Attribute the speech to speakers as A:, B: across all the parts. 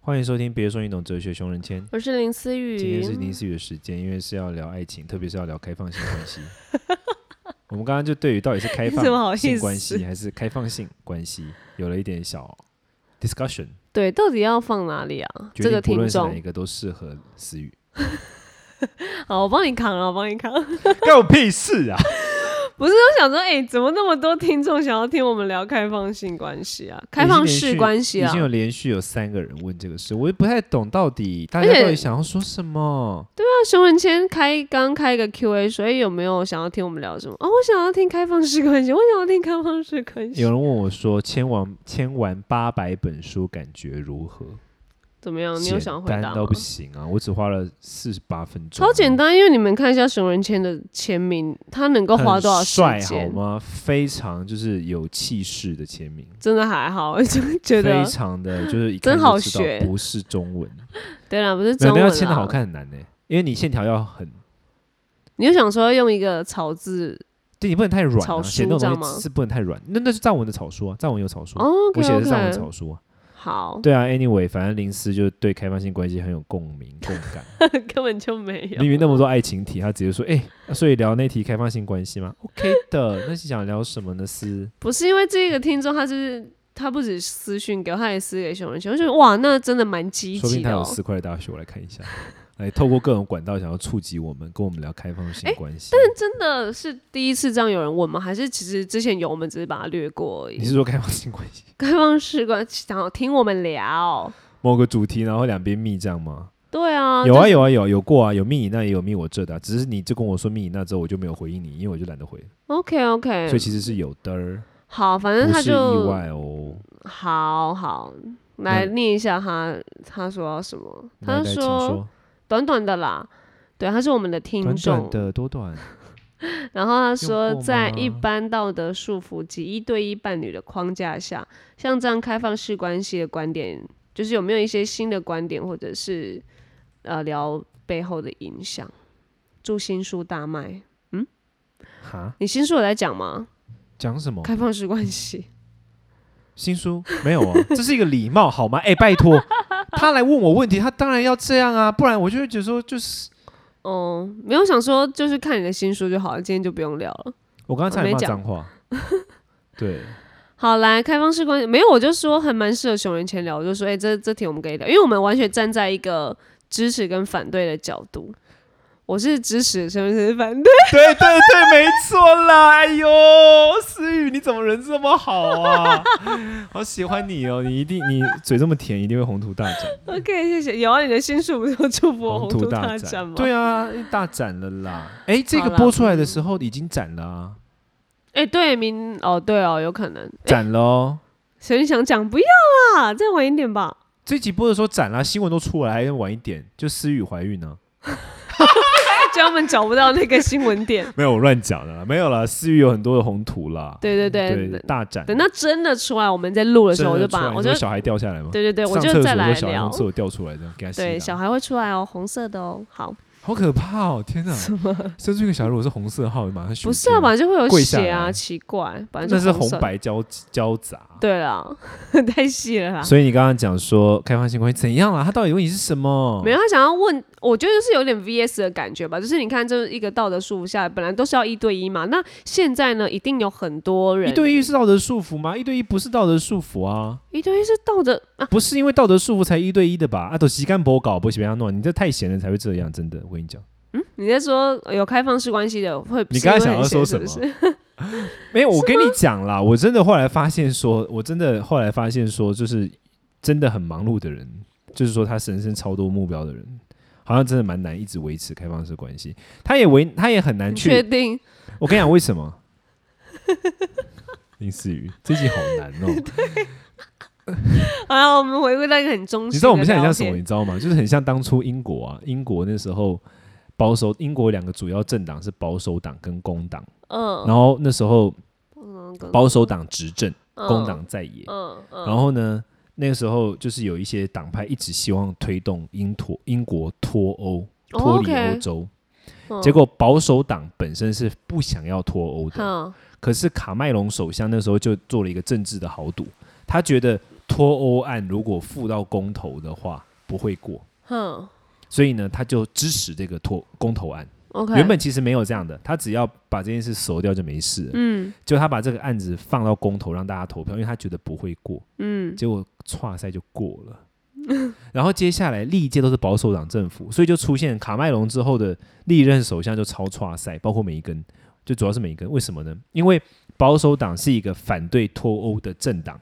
A: 欢迎收听《别说你懂哲学》，熊仁谦。
B: 我是林思雨。
A: 今天是林思雨的时间，因为是要聊爱情，特别是要聊开放性关系。 我们刚刚就对于到底是开
B: 你怎么好
A: 放
B: 意
A: 性
B: 思
A: 关系还是开放性关系，有了一点小 discussion。
B: 对，到底要放哪里啊？
A: 决
B: 这
A: 定
B: 个
A: 不
B: 听
A: 论是哪一
B: 众，
A: 个都适合思雨，
B: 好，我帮你扛啊，我帮你扛。 我
A: 干我屁事啊！
B: 想说，哎、怎么那么多听众想要听我们聊开放性关系啊？ 开放
A: 已经连
B: 式
A: 续
B: 关系
A: 已
B: 啊
A: 经？有连续有三个人问这个事，我也不太懂到底大家
B: 而且
A: 到底想要说什么。
B: 那熊仁谦开刚开一个 Q&A，所以有没有想要听我们聊什么？哦，我想要听开放式关系，我想要听开放式关系
A: 有，人问我说：“签完签完八百本书，感觉如何
B: 怎么？”样？你有
A: 简
B: 想回答
A: 单
B: 吗
A: 到不？行啊！我只花了四十八分钟，
B: 超简，单，因为你们看一下熊仁谦的签名，他能够花多少时
A: 帅好
B: 间？
A: 吗？非常就是有气势的签名，
B: 真的还好，我就觉
A: 非
B: 得，
A: 常的就是一看
B: 真好
A: 就知道
B: 学
A: 不是中文，
B: 对啦，不是
A: 没
B: 中
A: 有
B: 文啊
A: 要
B: 啦
A: 签的好看很难呢、因为你线条要很
B: 你就想说用一个草字
A: 对你不能太软、啊，
B: 草书
A: 写那
B: 这
A: 种
B: 样
A: 东西
B: 吗
A: 是不能太软。那那是藏文的草书啊，藏文有草书，
B: 哦
A: 我
B: ，OK
A: 写的是藏文
B: OK，
A: 草书啊。
B: 好，
A: 对啊，anyway，反正林思就对开放性关系很有共鸣共感。
B: 根本就没有。
A: 明明那么多爱情题，他直接说，哎、啊所以聊那题开放性关系吗？OK 的， 那是想聊什么呢？是
B: 不是因为这个听众，他就是他不止私讯给我，他也私给熊仁谦，我觉得哇，那真的蛮积
A: 说不
B: 极
A: 定他
B: 的、
A: 有
B: 哦。
A: 四块大学，我来看一下。来，透过各种管道想要触及我们，跟我们聊开放性关系。
B: 哎但真的是第一次这样有人问吗？还是其实之前有，我们只是把它略过而
A: 你
B: 已？
A: 是说开放性关系
B: 开放式关系，想要听我们聊？
A: 某个主题，然后两边密这样吗？
B: 对啊，
A: 有啊
B: 就是
A: 有啊有有过啊，有密你那也有密我这的啊、只是你就跟我说密你那之后，我就没有回应你，因为我就懒得回，
B: OK
A: 所以
B: OK，
A: 其实是有的儿，
B: 好，反正
A: 不
B: 嗯他
A: 是
B: 就
A: 意外哦。
B: 好好来
A: 那
B: 念一下他他说要什么？
A: 来
B: 他
A: 来请
B: 说短短的啦，对，他是我们的听
A: 短
B: 众，
A: 短的多短，
B: 然后他
A: 用
B: 说，
A: 过
B: 在
A: 吗
B: 一般道德束缚及一对一伴侣的框架下，像这样开放式关系的观点，就是有没有一些新的观点，或者是呃聊背后的影响？祝新书大卖。
A: 哈，
B: 你新书有在讲吗？
A: 讲什么？
B: 开放式关系，
A: 新书没有啊， 这是一个礼貌好吗？哎、拜 托，他来问我问题，他当然要这样啊，不然我就会觉得说，就是
B: 哦、没有想说就是看你的新书就好了，今天就不用聊了。
A: 我刚刚差点骂
B: 没讲
A: 脏 话。对，
B: 好，来开放式关系没有，我就说很蛮适合熊人前聊，我就说，哎、这这题我们可以聊，因为我们完全站在一个支持跟反对的角度。我是支持，熊仁谦是反对。
A: 对对对，没错啦！哎呦，思雨，你怎么人这么好啊？ 好喜欢你哦，你一定你嘴这么甜，一定会宏图大展，
B: OK，谢谢。有啊，你的新书不是有祝福 我宏
A: 图
B: 图大展
A: 展。
B: 吗？
A: 对啊，大展了啦！哎，这
B: 好
A: 个
B: 啦嗯
A: 播出来的时候已经展了啊，
B: 哎、对，明哦，对哦，有可能。
A: 展了哦。
B: 谁想讲？不要啦，再晚一点吧。
A: 这集播的时候展啦，啊新闻都出来，还晚一点，就思雨怀孕呢、啊
B: 就他们找不到那个新闻 点。
A: 没有我乱讲的啦，没有啦，思雨有很多的宏图啦，
B: 对对对，
A: 对
B: 等
A: 大展。
B: 等到真的出来，我们在录的时候，我就
A: 真的
B: 把
A: 出来
B: 我
A: 你
B: 就
A: 说小孩掉下来吗？
B: 对对对，我
A: 上厕
B: 就
A: 所
B: 再来
A: 小孩
B: 聊
A: 从。厕所掉出来这样，给他吸
B: 对，
A: 的
B: 小孩会出来哦，红色的哦。好，
A: 好可怕哦！ 天哪，生出一个小孩，如果是红色号，马上选
B: 不是啊，本，来就会有
A: 跪下
B: 血啊，
A: 来
B: 奇怪，反
A: 那
B: 正
A: 是
B: 就
A: 红
B: 色。
A: 白交交杂。
B: 对了， 太细了啦。
A: 所以你刚刚讲说开放性关系怎样啦？他到底问题是什么？
B: 没有，他想要问，我觉得就是有点 VS 的感觉吧。就是你看，这一个道德束缚下，本来都是要一对一嘛，那现在呢，一定有很多人
A: 一对一是道德束缚吗？一对一不是道德束缚啊，
B: 一对一是道德啊，
A: 不是因为道德束缚才一对一的吧？啊，都洗干博搞不洗被他弄，你这太闲了才会这样，真的，我跟你讲。
B: 你在说有开放式关系的会？
A: 你刚才想要
B: 是因
A: 说
B: 为很
A: 什么
B: 闲是不是
A: 没有，我跟你讲啦，我真的后来发现说，我真的后来发现说，就是真的很忙碌的人，就是说他人生超多目标的人，好像真的蛮难一直维持开放式关系。他也维，他也很难
B: 你确
A: 去。
B: 定？
A: 我跟你讲，为什么？林思雨，这集好难哦、
B: 好了，我们回归到一个很中性。
A: 你知道我们现在很像什么？？你知道吗？就是很像当初英国啊，英国那时候保守，英国两个主要政党是保守党跟工党，
B: 嗯，
A: 然后那时候保守党执政，
B: 嗯
A: 工党在野，
B: 嗯嗯，
A: 然后呢，那个时候就是有一些党派一直希望推动英脱英国脱欧，
B: 哦
A: 脱离
B: OK
A: 欧洲。
B: 嗯
A: 结果保守党本身是不想要脱欧的，
B: 好
A: 可是卡麦隆首相那时候就做了一个政治的豪赌，他觉得脱欧案如果付到公投的话不会过，
B: 哼
A: 所以呢，他就支持这个脱公投案。
B: ，OK，
A: 原本其实没有这样的，他只要把这件事熟掉就没事了。
B: 嗯
A: 就他把这个案子放到公投让大家投票，因为他觉得不会过，
B: 嗯
A: 结果歘赛就过了。 然后接下来历届都是保守党政府，所以就出现卡麦隆之后的历任首相就超歘赛，包括梅根，就主要是梅根。为什么呢？因为保守党是一个反对脱欧的政党，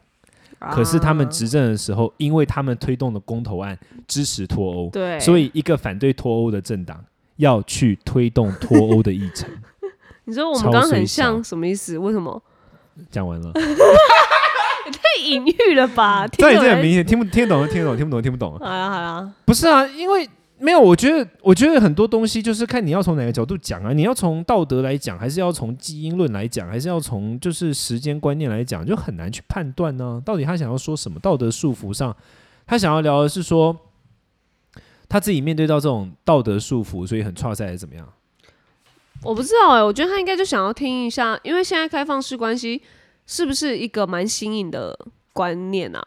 A: 可是他们
B: 啊
A: 执政的时候，因为他们推动的公投案支持脱欧，
B: 对，
A: 所以一个反对脱欧的政党要去推动脱欧的议 程。
B: 你说我们
A: 超
B: 刚刚
A: 水
B: 很
A: 小
B: 像什么意思？为什么？
A: 讲完了。
B: 太隐喻了吧？听
A: 这已
B: 众
A: 经很
B: 人
A: 明显，听不听得懂就听得懂，
B: 嗯
A: 听不懂就听不懂。
B: 好啦好啦，
A: 不是啊，因为没有，我觉得我觉得很多东西就是看你要从哪个角度讲啊，你要从道德来讲，还是要从基因论来讲，还是要从就是时间观念来讲，就很难去判断呢、到底他想要说什么？道德束缚上，他想要聊的是说他自己面对到这种道德束缚，所以很差赛还是怎么样？
B: 我不知道哎、我觉得他应该就想要听一下，因为现在开放式关系是不是一个蛮新颖的观念啊，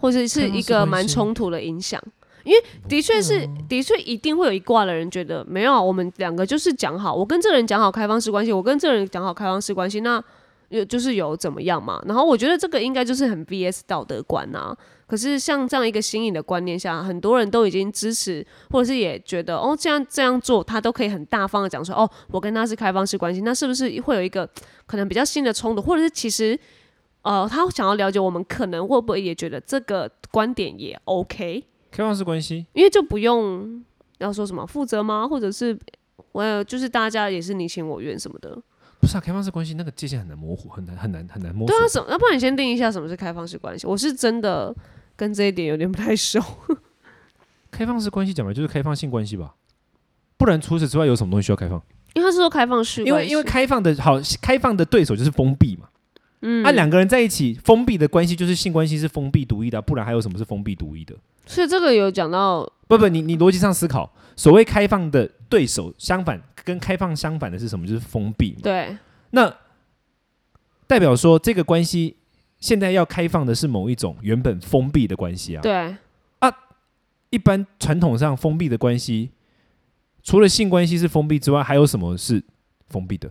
B: 或者是一个蛮冲突的影响？因为的确是，的确一定会有一挂的人觉得没有啊，我们两个就是讲好，我跟这个人讲好开放式关系，我跟这个人讲好开放式关系，那有就是有怎么样嘛？然后我觉得这个应该就是很 VS 道德观啊。可是像这样一个新颖的观念下，很多人都已经支持，或者是也觉得哦，这样这样做，他都可以很大方的讲说哦，我跟他是开放式关系，那是不是会有一个可能比较新的冲突，或者是其实呃，他想要了解我们，可能会不会也觉得这个观点也 OK？
A: 开放式关系，
B: 因为就不用要说什么负责吗，或者是我就是大家也是你情我愿什么的。
A: 不是啊，开放式关系那个界限很难模糊，很难很难很难摸索。
B: 对啊，什么？要不然你先定义一下什么是开放式关系？我是真的跟这一点有点不太熟。
A: 开放式关系讲白就是开放性关系吧，不然除此之外有什么东西需要开放？
B: 因为他是说开放式
A: 因
B: 关
A: 为
B: 系，
A: 因为开放的好，开放的对手就是封闭嘛。嗯，啊，两个人在一起，封闭的关系就是性关系是封闭独一的啊、不然还有什么是封闭独一的？
B: 所以这个有讲到
A: 不不，你你逻辑上思考，所谓开放的对手，相反跟开放相反的是什么？就是封闭嘛。
B: 对，
A: 那代表说这个关系现在要开放的是某一种原本封闭的关系啊。
B: 对，
A: 一般传统上封闭的关系，除了性关系是封闭之外，还有什么是封闭的？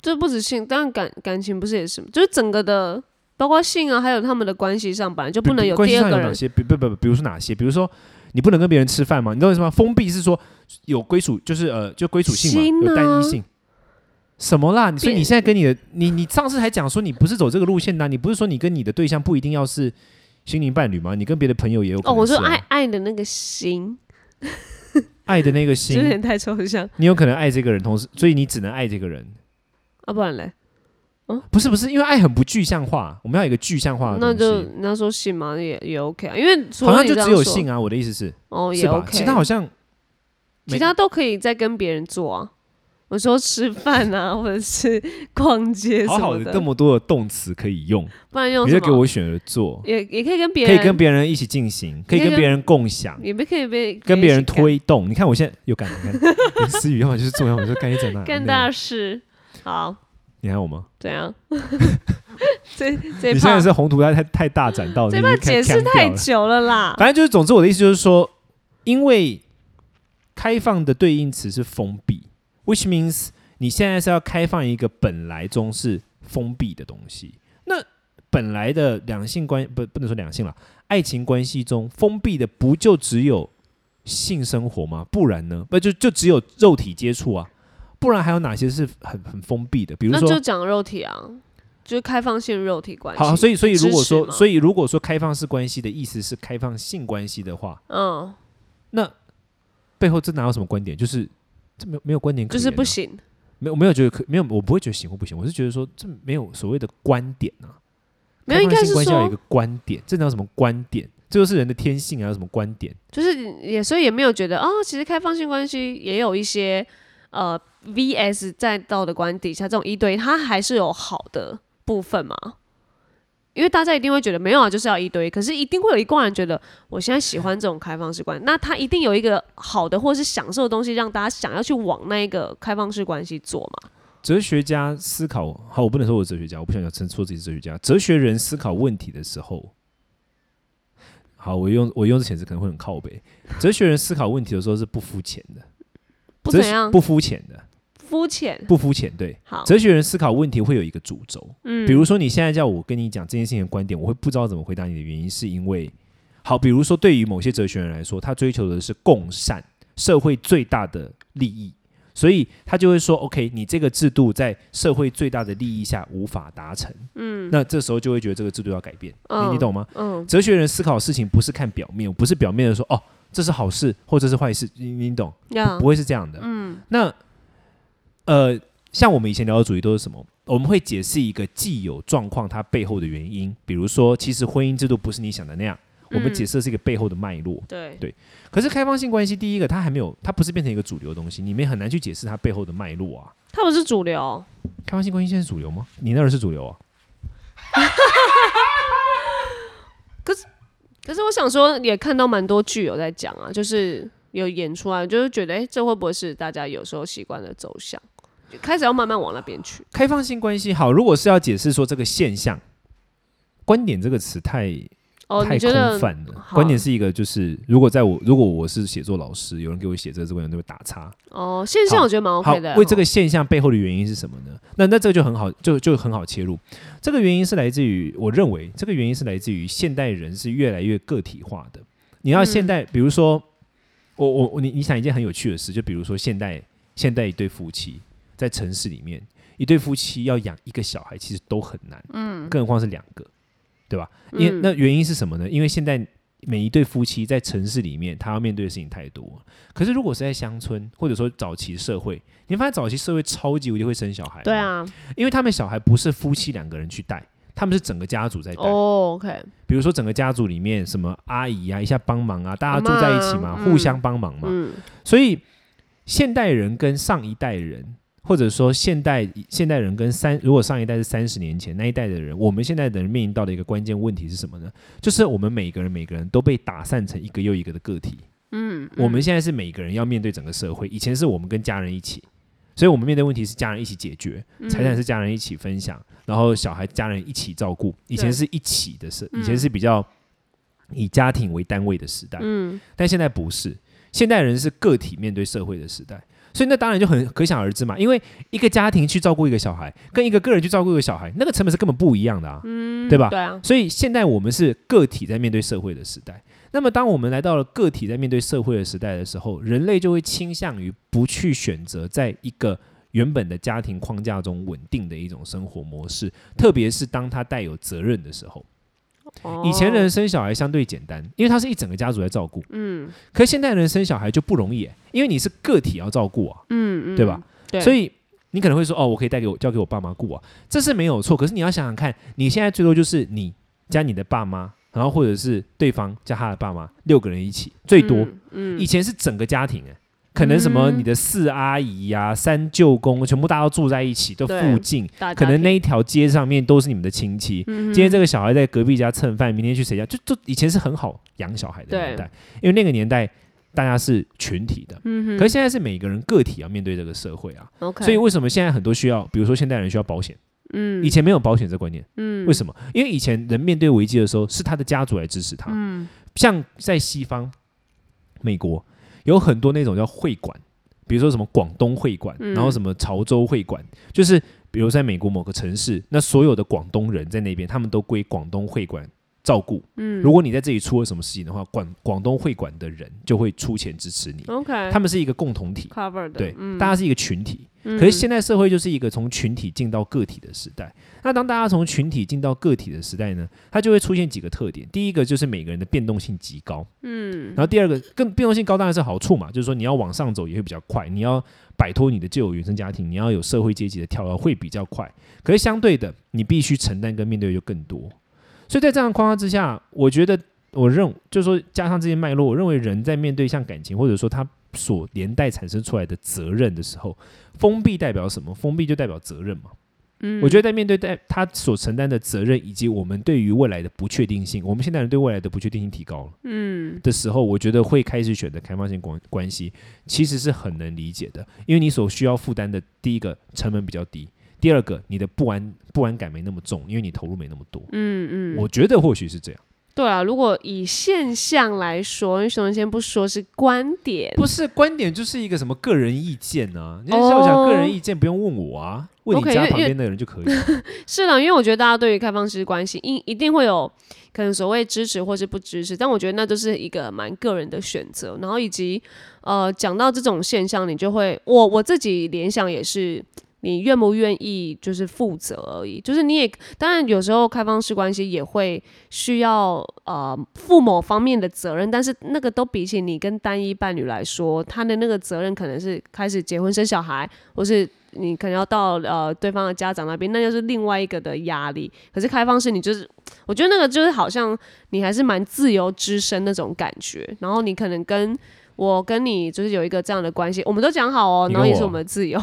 B: 就不止性，当然感感情不是也是吗，就是整个的，包括性啊，还有他们的关系上，本来就不能
A: 比比
B: 有
A: 关系
B: 第二
A: 上有
B: 个
A: 哪
B: 人。
A: 些？比不不不，比如说哪些？比如说你不能跟别人吃饭吗？你知道为什么吗？封闭是说有归属，就是呃，就归属性嘛，
B: 心啊
A: 有单一性。什么啦？所以
B: 变
A: 你现在跟你的你你上次还讲说你不是走这个路线的啊、你不是说你跟你的对象不一定要是心灵伴侣吗？你跟别的朋友也有可
B: 哦，
A: 能
B: 我说
A: 是啊
B: 爱爱的那个心，
A: 爱的那个
B: 就有
A: 心，
B: 点太抽象
A: 你有可能爱这个人，同时所以你只能爱这个人。
B: 啊，不然嘞，
A: 不是不是，因为爱很不具象化，我们要有一个具象化的
B: 那
A: 东西。
B: 就你要说性嘛，也也 OK 啊，因为
A: 啊好像就只有
B: 性
A: 性啊，我的意思是，
B: 哦，也
A: 是吧
B: OK，
A: 其他好像没
B: 其他都可以再跟别人做啊。我说吃饭啊， 或者是逛街
A: 好
B: 什
A: 好
B: 么
A: 的这么多的动词可以用，
B: 不然用
A: 你
B: 什
A: 就
B: 么？
A: 给我选择做，
B: 也也可以跟别
A: 可
B: 人，
A: 以跟别人一起进行，可以
B: 可以
A: 跟
B: 跟
A: 别人共享，
B: 也不可以被
A: 跟别人
B: 一起干
A: 推动。你看我现在又干，你看 林思雨，要么就是重要，我就干一整 啊那
B: 干
A: 那
B: 大
A: 个
B: 事。好，
A: 你还有吗？
B: 怎样？这这
A: 你现
B: 一
A: 在
B: 趴
A: 是宏图大太太大展到，
B: 这
A: 你
B: 怕
A: 已经
B: 解释
A: 看
B: 太
A: 掉了
B: 久了啦。
A: 反正就是，总之我的意思就是说，因为开放的对应词是封闭，which means 你现在是要开放一个本来中是封闭的东西。那本来的两性关不不能说两性了，爱情关系中封闭的不就只有性生活吗？不然呢？不就就只有肉体接触啊？不然还有哪些是很很封闭的？比如
B: 那
A: 说
B: 就，讲肉体啊，就是开放性肉体关系。
A: 好，所以所以如果
B: 支持
A: 说，
B: 嘛
A: 所以如果说开放式关系的意思是开放性关系的话，
B: 嗯，
A: 背后这哪有什么观点？就是这没有没有观点可、啊
B: 就是不，行。
A: 没有没有觉得可没有，我不会觉得行或不行，我是觉得说这没有所谓的观点啊，
B: 没有
A: 开放性
B: 应该是
A: 关系要有一
B: 说
A: 个观点，这哪有什么观点？这就是人的天性啊，有什么观点？
B: 就是也所以也没有觉得哦，其实开放性关系也有一些呃 VS 在道德观底下这种一对一，它还是有好的部分嘛。因为大家一定会觉得没有啊，就是要一对一，可是一定会有一挂人觉得我现在喜欢这种开放式关系，那他一定有一个好的或是享受的东西，让大家想要去往那一个开放式关系做嘛。
A: 哲学家思考，好，我不能说我是哲学家，我不想要称说自己是哲学家。哲学人思考问题的时候，好，我用我用这遣词可能会很靠北。哲学人思考问题的时候是不肤浅的，
B: 不
A: 哲
B: 怎
A: 学
B: 样，
A: 不肤浅的，
B: 肤浅。
A: 不肤浅。对，
B: 好，
A: 哲学人思考问题会有一个主轴，
B: 嗯，
A: 比如说你现在叫我跟你讲这件事情的观点，我会不知道怎么回答你的原因，是因为好，比如说对于某些哲学人来说，他追求的是共善，社会最大的利益，所以他就会说，OK，你这个制度在社会最大的利益下无法达成，嗯，那这时候就会觉得这个制度要改变，你你
B: 嗯
A: 懂吗？
B: 嗯，
A: 哲学人思考事情不是看表面，不是表面的说哦，这是好事或者是坏事，你你懂？
B: 要
A: 不会是这样的。嗯，那呃，像我们以前聊的主义都是什么？我们会解释一个既有状况它背后的原因，比如说，其实婚姻制度不是你想的那样，我们
B: 嗯
A: 解释的是一个背后的脉络。
B: 对，
A: 可是开放性关系，第一个它还没有，它不是变成一个主流的东西，你们也很难去解释它背后的脉络啊。
B: 它不是主流，
A: 开放性关系现在是主流吗？你那儿是主流啊？
B: 可是我想说，也看到蛮多剧有在讲啊，就是有演出啊，就是觉得，哎、这会不会是大家有时候习惯的走向，就开始要慢慢往那边去？
A: 开放性关系好，如果是要解释说这个现象，观点这个词太
B: 哦，
A: 太
B: 你觉
A: 空
B: 得？
A: 泛了。
B: 好
A: 观点是一个，就是如果在我如果我是写作老师，有人给我写这个字，我就会打叉。
B: 哦，现象
A: 好
B: 我觉得蛮 OK 的。哦
A: 好，为这个现象背后的原因是什么呢？那那这个就很好，就就很好切入。这个原因是来自于，我认为这个原因是来自于现代人是越来越个体化的。你
B: 嗯
A: 要现代，比如说我我我你你想一件很有趣的事，就比如说现代现代一对夫妻在城市里面，一对夫妻要养一个小孩其实都很难，嗯，更何况是两个，对吧？因为、
B: 嗯
A: 那原因是什么呢？因为现在每一对夫妻在城市里面，他要面对的事情太多了。可是如果是在乡村，或者说早期社会，你会发现早期社会超级无敌会生小孩，
B: 对，啊，
A: 因为他们小孩不是夫妻两个人去带，他们是整个家族在带。
B: 哦，OK，
A: 比如说整个家族里面什么阿姨啊，一下帮忙啊，大家住在一起嘛，
B: 阿嬷啊
A: 互相帮忙嘛。
B: 嗯，
A: 所以现代人跟上一代人，或者说现代现代人跟三，如果上一代是三十年前那一代的人，我们现在的人面临到的一个关键问题是什么呢？就是我们每个人每个人都被打散成一个又一个的个体。嗯，我们现在是每个人要面对整个社会，以前是我们跟家人一起。所以我们面对问题是家人一起解决，财产是家人一起分享，然后小孩家人一起照顾。以前
B: 对
A: 是一起的事，以前是比较以家庭为单位的时代。
B: 嗯，
A: 但现在不是，现代人是个体面对社会的时代，所以那当然就很可想而知嘛。因为一个家庭去照顾一个小孩，跟一个个人去照顾一个小孩，那个成本是根本不一样的啊，对吧？
B: 对啊，
A: 所以现在我们是个体在面对社会的时代。那么，当我们来到了个体在面对社会的时代的时候，人类就会倾向于不去选择在一个原本的家庭框架中稳定的一种生活模式，特别是当他带有责任的时候。
B: 哦
A: 以前人生小孩相对简单，因为他是一整个家族在照顾。嗯，可现代人生小孩就不容易耶，因为你是个体要照顾啊，
B: 嗯，嗯
A: 对吧？？
B: 对，
A: 所
B: 以
A: 以你可能会说，哦，我可以带给我交给我爸妈顾啊，这是没有错。可是你要想想看，你现在最多就是你加你的爸妈，然后或者是对方加他的爸妈，六个人一起最多。
B: 嗯，
A: 以前是整个家庭哎。可能什么
B: 嗯
A: 你的四阿姨呀、三舅公，全部大家都住在一起，都
B: 对
A: 附近，
B: 大
A: 可
B: 家
A: 能那一条街上面都是你们的亲戚。
B: 嗯哼
A: 今天这个小孩在隔壁家蹭饭，明天去谁家，就就以前是很好养小孩的
B: 对
A: 年代，因为那个年代大家是群体的，
B: 嗯哼
A: 可是现在是每个人个体要面对这个社会啊，
B: OK，
A: 所以为什么现在很多需要，比如说现代人需要保险，
B: 嗯
A: 以前没有保险这观念，
B: 嗯
A: 为什么？因为以前人面对危机的时候，是他的家族来支持他，
B: 嗯
A: 像在西方，美国有很多那种叫会馆，比如说什么广东会馆，
B: 嗯
A: 然后什么潮州会馆，就是比如在美国某个城市，那所有的广东人在那边，他们都归广东会馆照顾。
B: 嗯
A: 如果你在这里出了什么事情的话，广广东会馆的人就会出钱支持你，
B: OK，
A: 他们是一个共同体。
B: cover 的，
A: 对，
B: 嗯
A: 大家是一个群体，
B: 嗯
A: 可是现代社会就是一个从群体进到个体的时代。那当大家从群体进到个体的时代呢，它就会出现几个特点。第一个就是每个人的变动性极高，嗯，然后第二个更变动性高当然是好处嘛，就是说你要往上走也会比较快，你要摆脱你的旧有原生家庭，你要有社会阶级的跳跃会比较快。可是相对的，你必须承担跟面对就更多。所以在这样的框架之下，我觉得。我认就是说，加上这些脉络，我认为人在面对像感情，或者说他所连带产生出来的责任的时候，封闭代表什么？封闭就代表责任嘛。
B: 嗯
A: 我觉得在面对代他所承担的责任，以及我们对于未来的不确定性，我们现代人对未来的不确定性提高了
B: 嗯
A: 的时候，我觉得会开始选择开放性关关系，其实是很能理解的，因为你所需要负担的第一个成本比较低，第二个你的不安不安感没那么重，因为你投入没那么多。
B: 嗯嗯，
A: 我觉得或许是这样。
B: 对啊，如果以现象来说，因为熊仁先不说是观点，
A: 不是观点就是一个什么个人意见啊？你要讲个人意见，不用问我啊，问你
B: 哦 OK，
A: 家
B: 因为
A: 旁边那个人就可以了。
B: 是啦，因为我觉得大家对于开放式关系，一一定会有可能所谓支持或是不支持，但我觉得那都是一个蛮个人的选择。然后以及呃，讲到这种现象，你就会我我自己联想也是，你愿不愿意就是负责而已。就是你也当然有时候开放式关系也会需要呃负某方面的责任，但是那个都比起你跟单一伴侣来说，他的那个责任可能是开始结婚生小孩，或是你可能要到呃对方的家长那边，那就是另外一个的压力。可是开放式，你就是我觉得那个就是好像你还是蛮自由之身那种感觉，然后你可能跟我跟你就是有一个这样的关系，我们都讲好哦，
A: 你
B: 然
A: 跟
B: 后也
A: 我
B: 是我们的自由。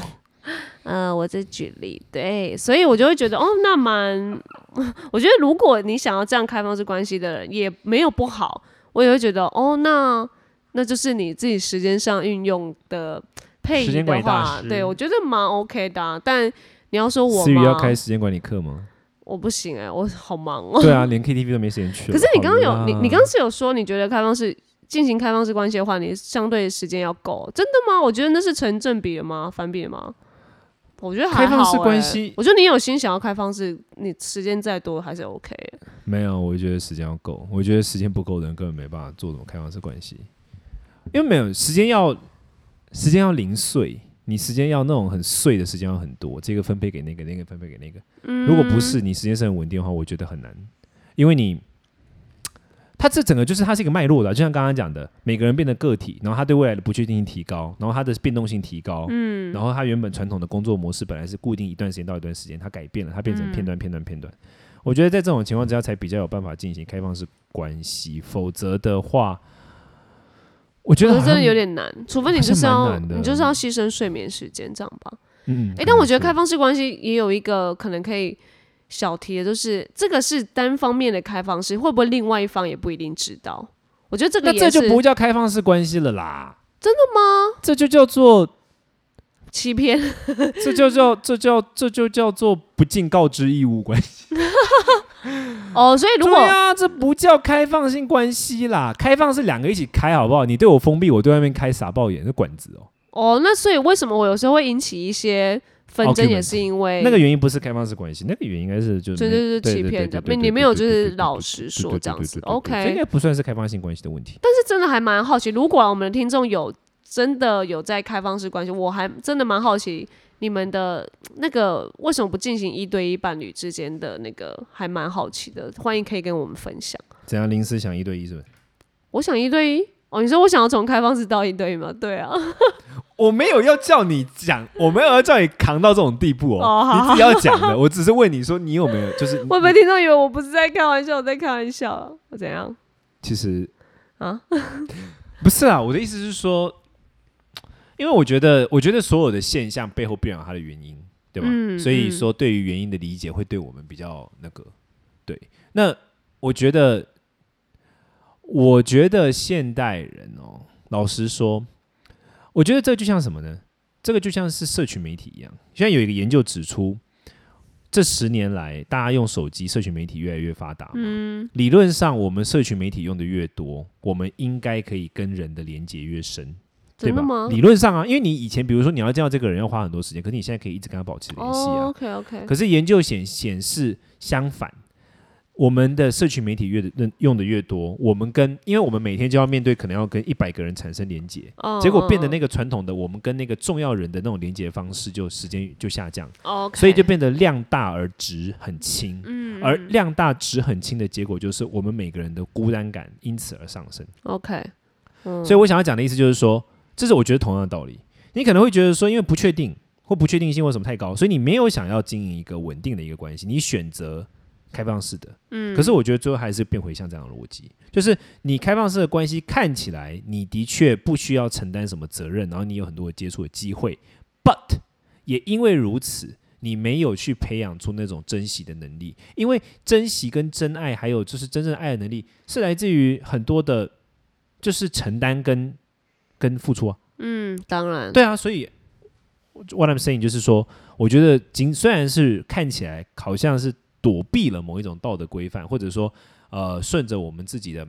B: 呃，我在举例，对，所以我就会觉得，哦，那蛮， 我觉得如果你想要这样开放式关系的人，也没有不好，我也会觉得，哦，那那就是你自己时间上运用的配
A: 时
B: 音
A: 间管
B: 的
A: 理大
B: 话，
A: 师
B: 对我觉得蛮 OK 的啊、但你要说我
A: 思雨
B: 吗？
A: 要开时间管理课吗？
B: 我不行哎、我好忙哦、
A: 对啊，连 KTV 都没时间去了。
B: 可是你刚刚
A: 好啦
B: 有你你刚刚是有说你觉得开放式进行开放式关系的话，你相对时间要够，真的吗？我觉得那是成正比的吗？反比的吗？我觉得还好、欸、
A: 开放式关系
B: 我觉得你有心想要开放式，你时间再多还是 OK 欸、
A: 没有，我觉得时间要够，我觉得时间不够的人根本没办法做这种开放式关系，因为没有时间要时间要零碎，你时间要那种很碎的时间要很多，这个分配给那个，那个分配给那个。
B: 嗯
A: 如果不是你时间是很稳定的话，我觉得很难，因为你。它这整个就是它是一个脉络的啊、就像刚刚讲的，每个人变得个体，然后他对未来的不确定性提高，然后他的变动性提高，嗯，然后他原本传统的工作模式本来是固定一段时间到一段时间，它改变了，它变成片段片段片段，我觉得在这种情况之下才比较有办法进行开放式关系，否则的话，我觉
B: 我
A: 得好
B: 觉得
A: 像
B: 真的有，点难，除非你
A: 好像
B: 就是
A: 蛮
B: 要
A: 难的
B: 你就是要牺牲睡眠时间这样吧。
A: 嗯，
B: 哎、但我觉得
A: 可能
B: 开放式关系也有一个可能可以小提的，就是这个是单方面的开放式，会不会另外一方也不一定知道？我觉得这
A: 是那
B: 个也
A: 这
B: 是
A: 就不叫开放式关系了啦，
B: 真
A: 的吗？这就叫做
B: 欺骗，
A: 这就叫这叫这就叫做不尽告知义务关系。
B: 哦，所以如果、
A: 对啊，这不叫开放性关系啦，开放是两个一起开，好不好？你对我封闭，我对外面开，傻爆眼，这管子哦。
B: 哦，那所以为什么我有时候会引起一些纷争，
A: Argument
B: 也是因为
A: 那个原因不是开放式关系，那个原因应该是就是
B: 对
A: 没
B: 对对欺骗的，你没有就是老实说这样子
A: 这应
B: ，OK？
A: 该不算是开放性关系的问题。
B: 但是真的还蛮好奇，如果我们的听众有真的有在开放式关系，我还真的蛮好奇你们的那个为什么不进行一对一伴侣之间的那个，还蛮好奇的，欢迎可以跟我们分享。
A: 怎样临时想一对一是不是？
B: 我想一对一。哦，你说我想要从开放式到一对一吗？对啊，
A: 我没有要叫你讲，我没有要叫你扛到这种地步
B: 哦好
A: 你自己要讲的。我只是问你说你有没有，就是
B: 会不会听众以为我不是在开玩笑，我在开玩笑啊？我怎样？
A: 其实
B: 啊，
A: 不是啊，我的意思是说，因为我觉得，我觉得所有的现象背后必然有它的原因，对吧？
B: 嗯
A: 所以说，对于原因的理解会对我们比较那个。对，那我觉得，我觉得现代人哦，老实说，我觉得这就像什么呢？这个就像是社群媒体一样。现在有一个研究指出，这十年来，大家用手机、社群媒体越来越发达嘛。
B: 嗯
A: 理论上，我们社群媒体用的越多，我们应该可以跟人的连接越深，对
B: 真的
A: 吧
B: 吗？？
A: 理论上啊，因为你以前比如说你要见到这个人要花很多时间，可是你现在可以一直跟他保持联系啊。
B: 哦、OK OK，
A: 可是研究显显示相反，我们的社群媒体越的用的越多，我们跟因为我们每天就要面对可能要跟一百个人产生连接，
B: 哦
A: 结果变得那
B: 个，
A: 个传统的我们跟那个重要人的那种连接方式就时间就下降，
B: 哦，
A: 所以就变得量大而值很轻。
B: 嗯，
A: 而量大值很轻的结果就是我们每个人的孤单感因此而上升。
B: OK，嗯，
A: 所以我想要讲的意思就是说，这是我觉得同样的道理。你可能会觉得说，因为不确定或不确定性或什么太高，所以你没有想要经营一个稳定的一个关系，你选择开放式的。嗯，可是我觉得最后还是变回像这样的逻辑，就是你开放式的关系看起来你的确不需要承担什么责任，然后你有很多的接触的机会，but 也因为如此。你没有去培养出那种珍惜的能力，因为珍惜跟真爱，还有就是真正爱的能力，是来自于很多的就是承担跟跟付出啊。
B: 嗯，当然，
A: 对啊，所以 what I'm saying 就是说，我觉得仅虽然是看起来好像是躲避了某一种道德规范，或者说呃顺着我们自己的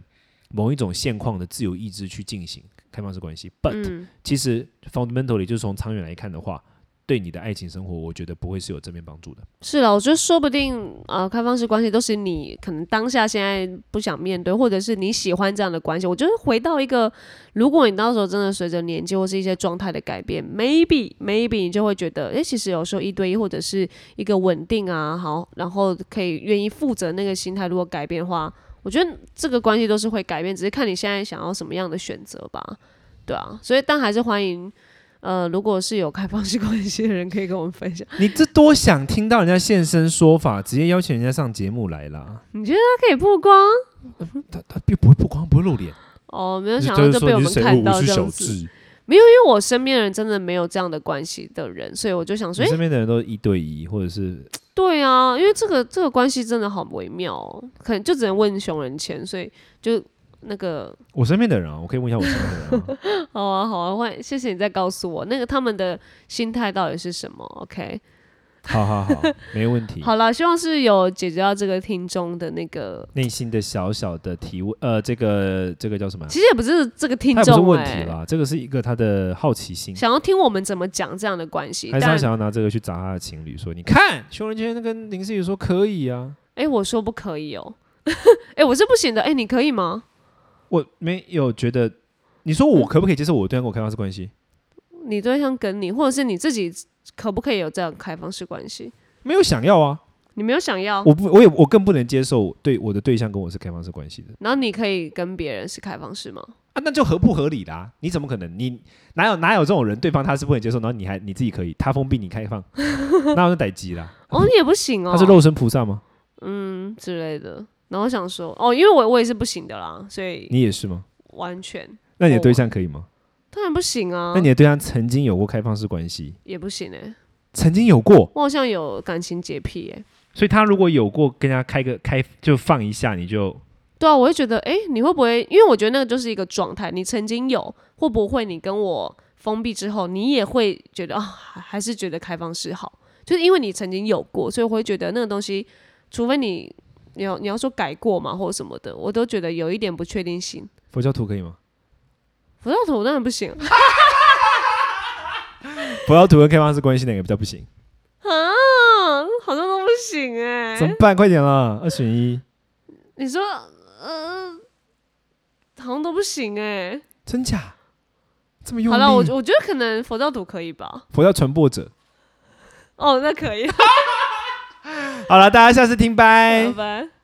A: 某一种现况的自由意志去进行开放式关系。But、
B: 嗯
A: 其实 fundamentally 就是从长远来看的话，对你的爱情生活，我觉得不会是有正面帮助的。
B: 是了，我觉得说不定呃，开放式关系都是你可能当下现在不想面对，或者是你喜欢这样的关系。我觉得回到一个，如果你到时候真的随着年纪或是一些状态的改变，maybe maybe 你就会觉得，诶，其实有时候一对一或者是一个稳定啊，好，然后可以愿意负责那个心态，如果改变的话，我觉得这个关系都是会改变，只是看你现在想要什么样的选择吧。对啊，所以但还是欢迎。呃，如果是有开放式关系的人，可以跟我们分享。
A: 你这多想听到人家现身说法，直接邀请人家上节目来啦。
B: 你觉得他可以曝光？
A: 他他并不会不光不会露脸，
B: 哦，没有
A: 就
B: 想到
A: 是
B: 就
A: 说
B: 被我
A: 你是
B: 们
A: 谁？
B: 看
A: 我
B: 到
A: 我是
B: 这
A: 小
B: 样子，因
A: 智，
B: 为我身边的人真的没有这样的关系的人，所以我就想说，
A: 你
B: 哎、
A: 身边的人都一对一，或者是
B: 对啊，因为这个这个关系真的好微妙、哦，可能就只能问熊仁谦，所以就那个，
A: 我身边的人啊，我可以问一下我身边的人、啊。
B: 好啊好啊，欢谢谢你再告诉我那个他们的心态到底是什么，OK？
A: 好好好，没问题。
B: 好了，希望是有解决到这个听众的那个，
A: 内心的小小的提问，呃，这个这个叫什么啊？
B: 其实也不是这个听
A: 他也不是
B: 众、
A: 问
B: 哎
A: 题啦，这个是一个他的好奇心，
B: 想要听我们怎么讲这样的关系，
A: 还是他
B: 但
A: 想要拿这个去砸他的情侣，说你看熊仁谦跟林思雨说可以啊，
B: 哎、我说不可以哦、 哎、我是不行的，哎、你可以吗？
A: 我没有觉得。你说我可不可以接受我对象跟我开放式关系？
B: 你对象跟你，或者是你自己，可不可以有这样开放式关系？
A: 没有想要啊，
B: 你没有想要，
A: 我不，我也我更不能接受对我的对象跟我是开放式关系的
B: 然后你可以跟别人是开放式吗？
A: 啊，那就合不合理啦、你怎么可能？你哪有哪有这种人？对方他是不能接受，然后你还你自己可以，他封闭你开 放，那我就逮鸡啦。
B: 哦，你也不行哦，
A: 他是肉身菩萨吗？
B: 嗯之类的。然后我想说，哦，因为我我也是不行的啦，所以
A: 你也是吗？
B: 完全
A: 那你的对象可以吗？
B: 当然不行啊
A: 那，你的对象曾经有过开放式关系，
B: 也不行哎、
A: 曾经有过，
B: 我好像有感情洁癖哎、
A: 所以他如果有过跟人家开个开就放一下，你就
B: 对啊，我会觉得，哎、你会不会？因为我觉得那个就是一个状态，你曾经有，会不会你跟我封闭之后，你也会觉得啊，还还是觉得开放式好，就是因为你曾经有过，所以我会觉得那个东西，除非你你要你要说改过嘛，或者什么的，我都觉得有一点不确定性。
A: 佛教徒可以吗？
B: 佛教徒当然不行啊，
A: 佛教徒跟开放式关系哪个比较不行？
B: 好像都不行哎、
A: 怎么办？快点啦，二选一，
B: 你说，呃，好像都不行哎、
A: 真假？这么用
B: 好
A: 力？
B: 了，我我觉得可能佛教徒可以吧。
A: 佛教传播者。
B: 哦，那可以，
A: 好了，大家下次听，拜哎
B: 拜。拜。